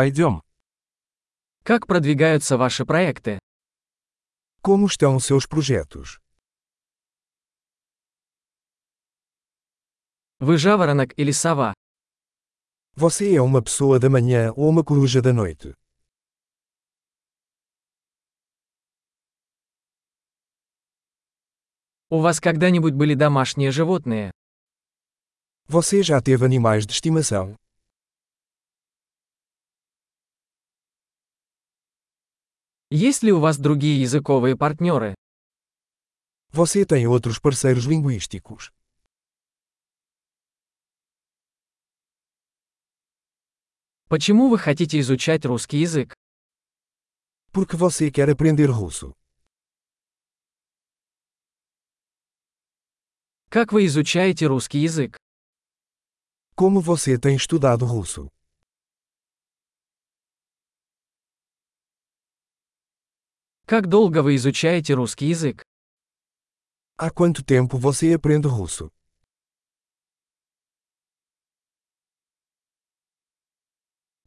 Пойдем. Как продвигаются ваши проекты? Como estão seus projetos? Вы жаворонок или сова? Você é uma pessoa da manhã ou uma coruja da noite? У вас когда-нибудь были домашние животные? Você já teve animais de estimação? Есть ли у вас другие языковые партнеры? Você tem outros parceiros linguísticos? Почему вы хотите изучать русский язык? Porque você quer aprender russo? Как вы изучаете русский язык? Como você tem estudado russo? Как долго вы изучаете русский язык? Há quanto tempo você aprende russo?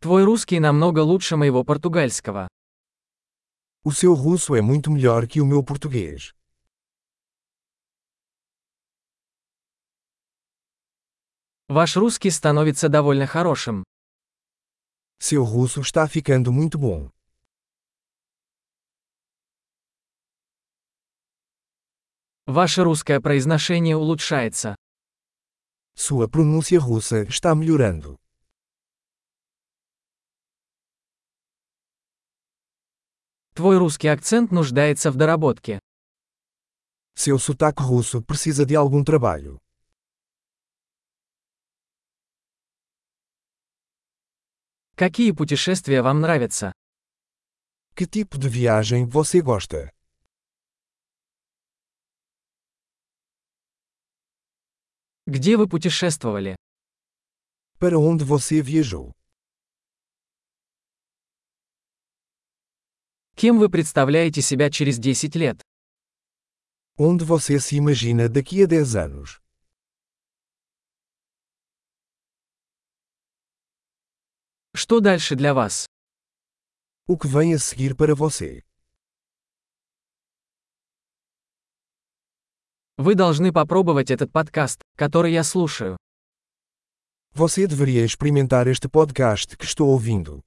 Твой русский намного лучше моего португальского. O seu russo é muito melhor que o meu português. Ваш русский становится довольно хорошим. Seu russo está ficando muito bom. Ваше русское произношение улучшается. Sua pronúncia russa está melhorando. Твой русский акцент нуждается в доработке. Seu sotaque russo precisa de algum trabalho. Какие путешествия вам нравятся? Que tipo de viagem você gosta? Где вы путешествовали? Para onde você viajou? Кем вы представляете себя через 10 лет? Onde você se imagina daqui a 10 anos? Что дальше для вас? O que vem a seguir para você? Вы должны попробовать этот подкаст, который я слушаю. Você deveria experimentar este podcast que estou ouvindo.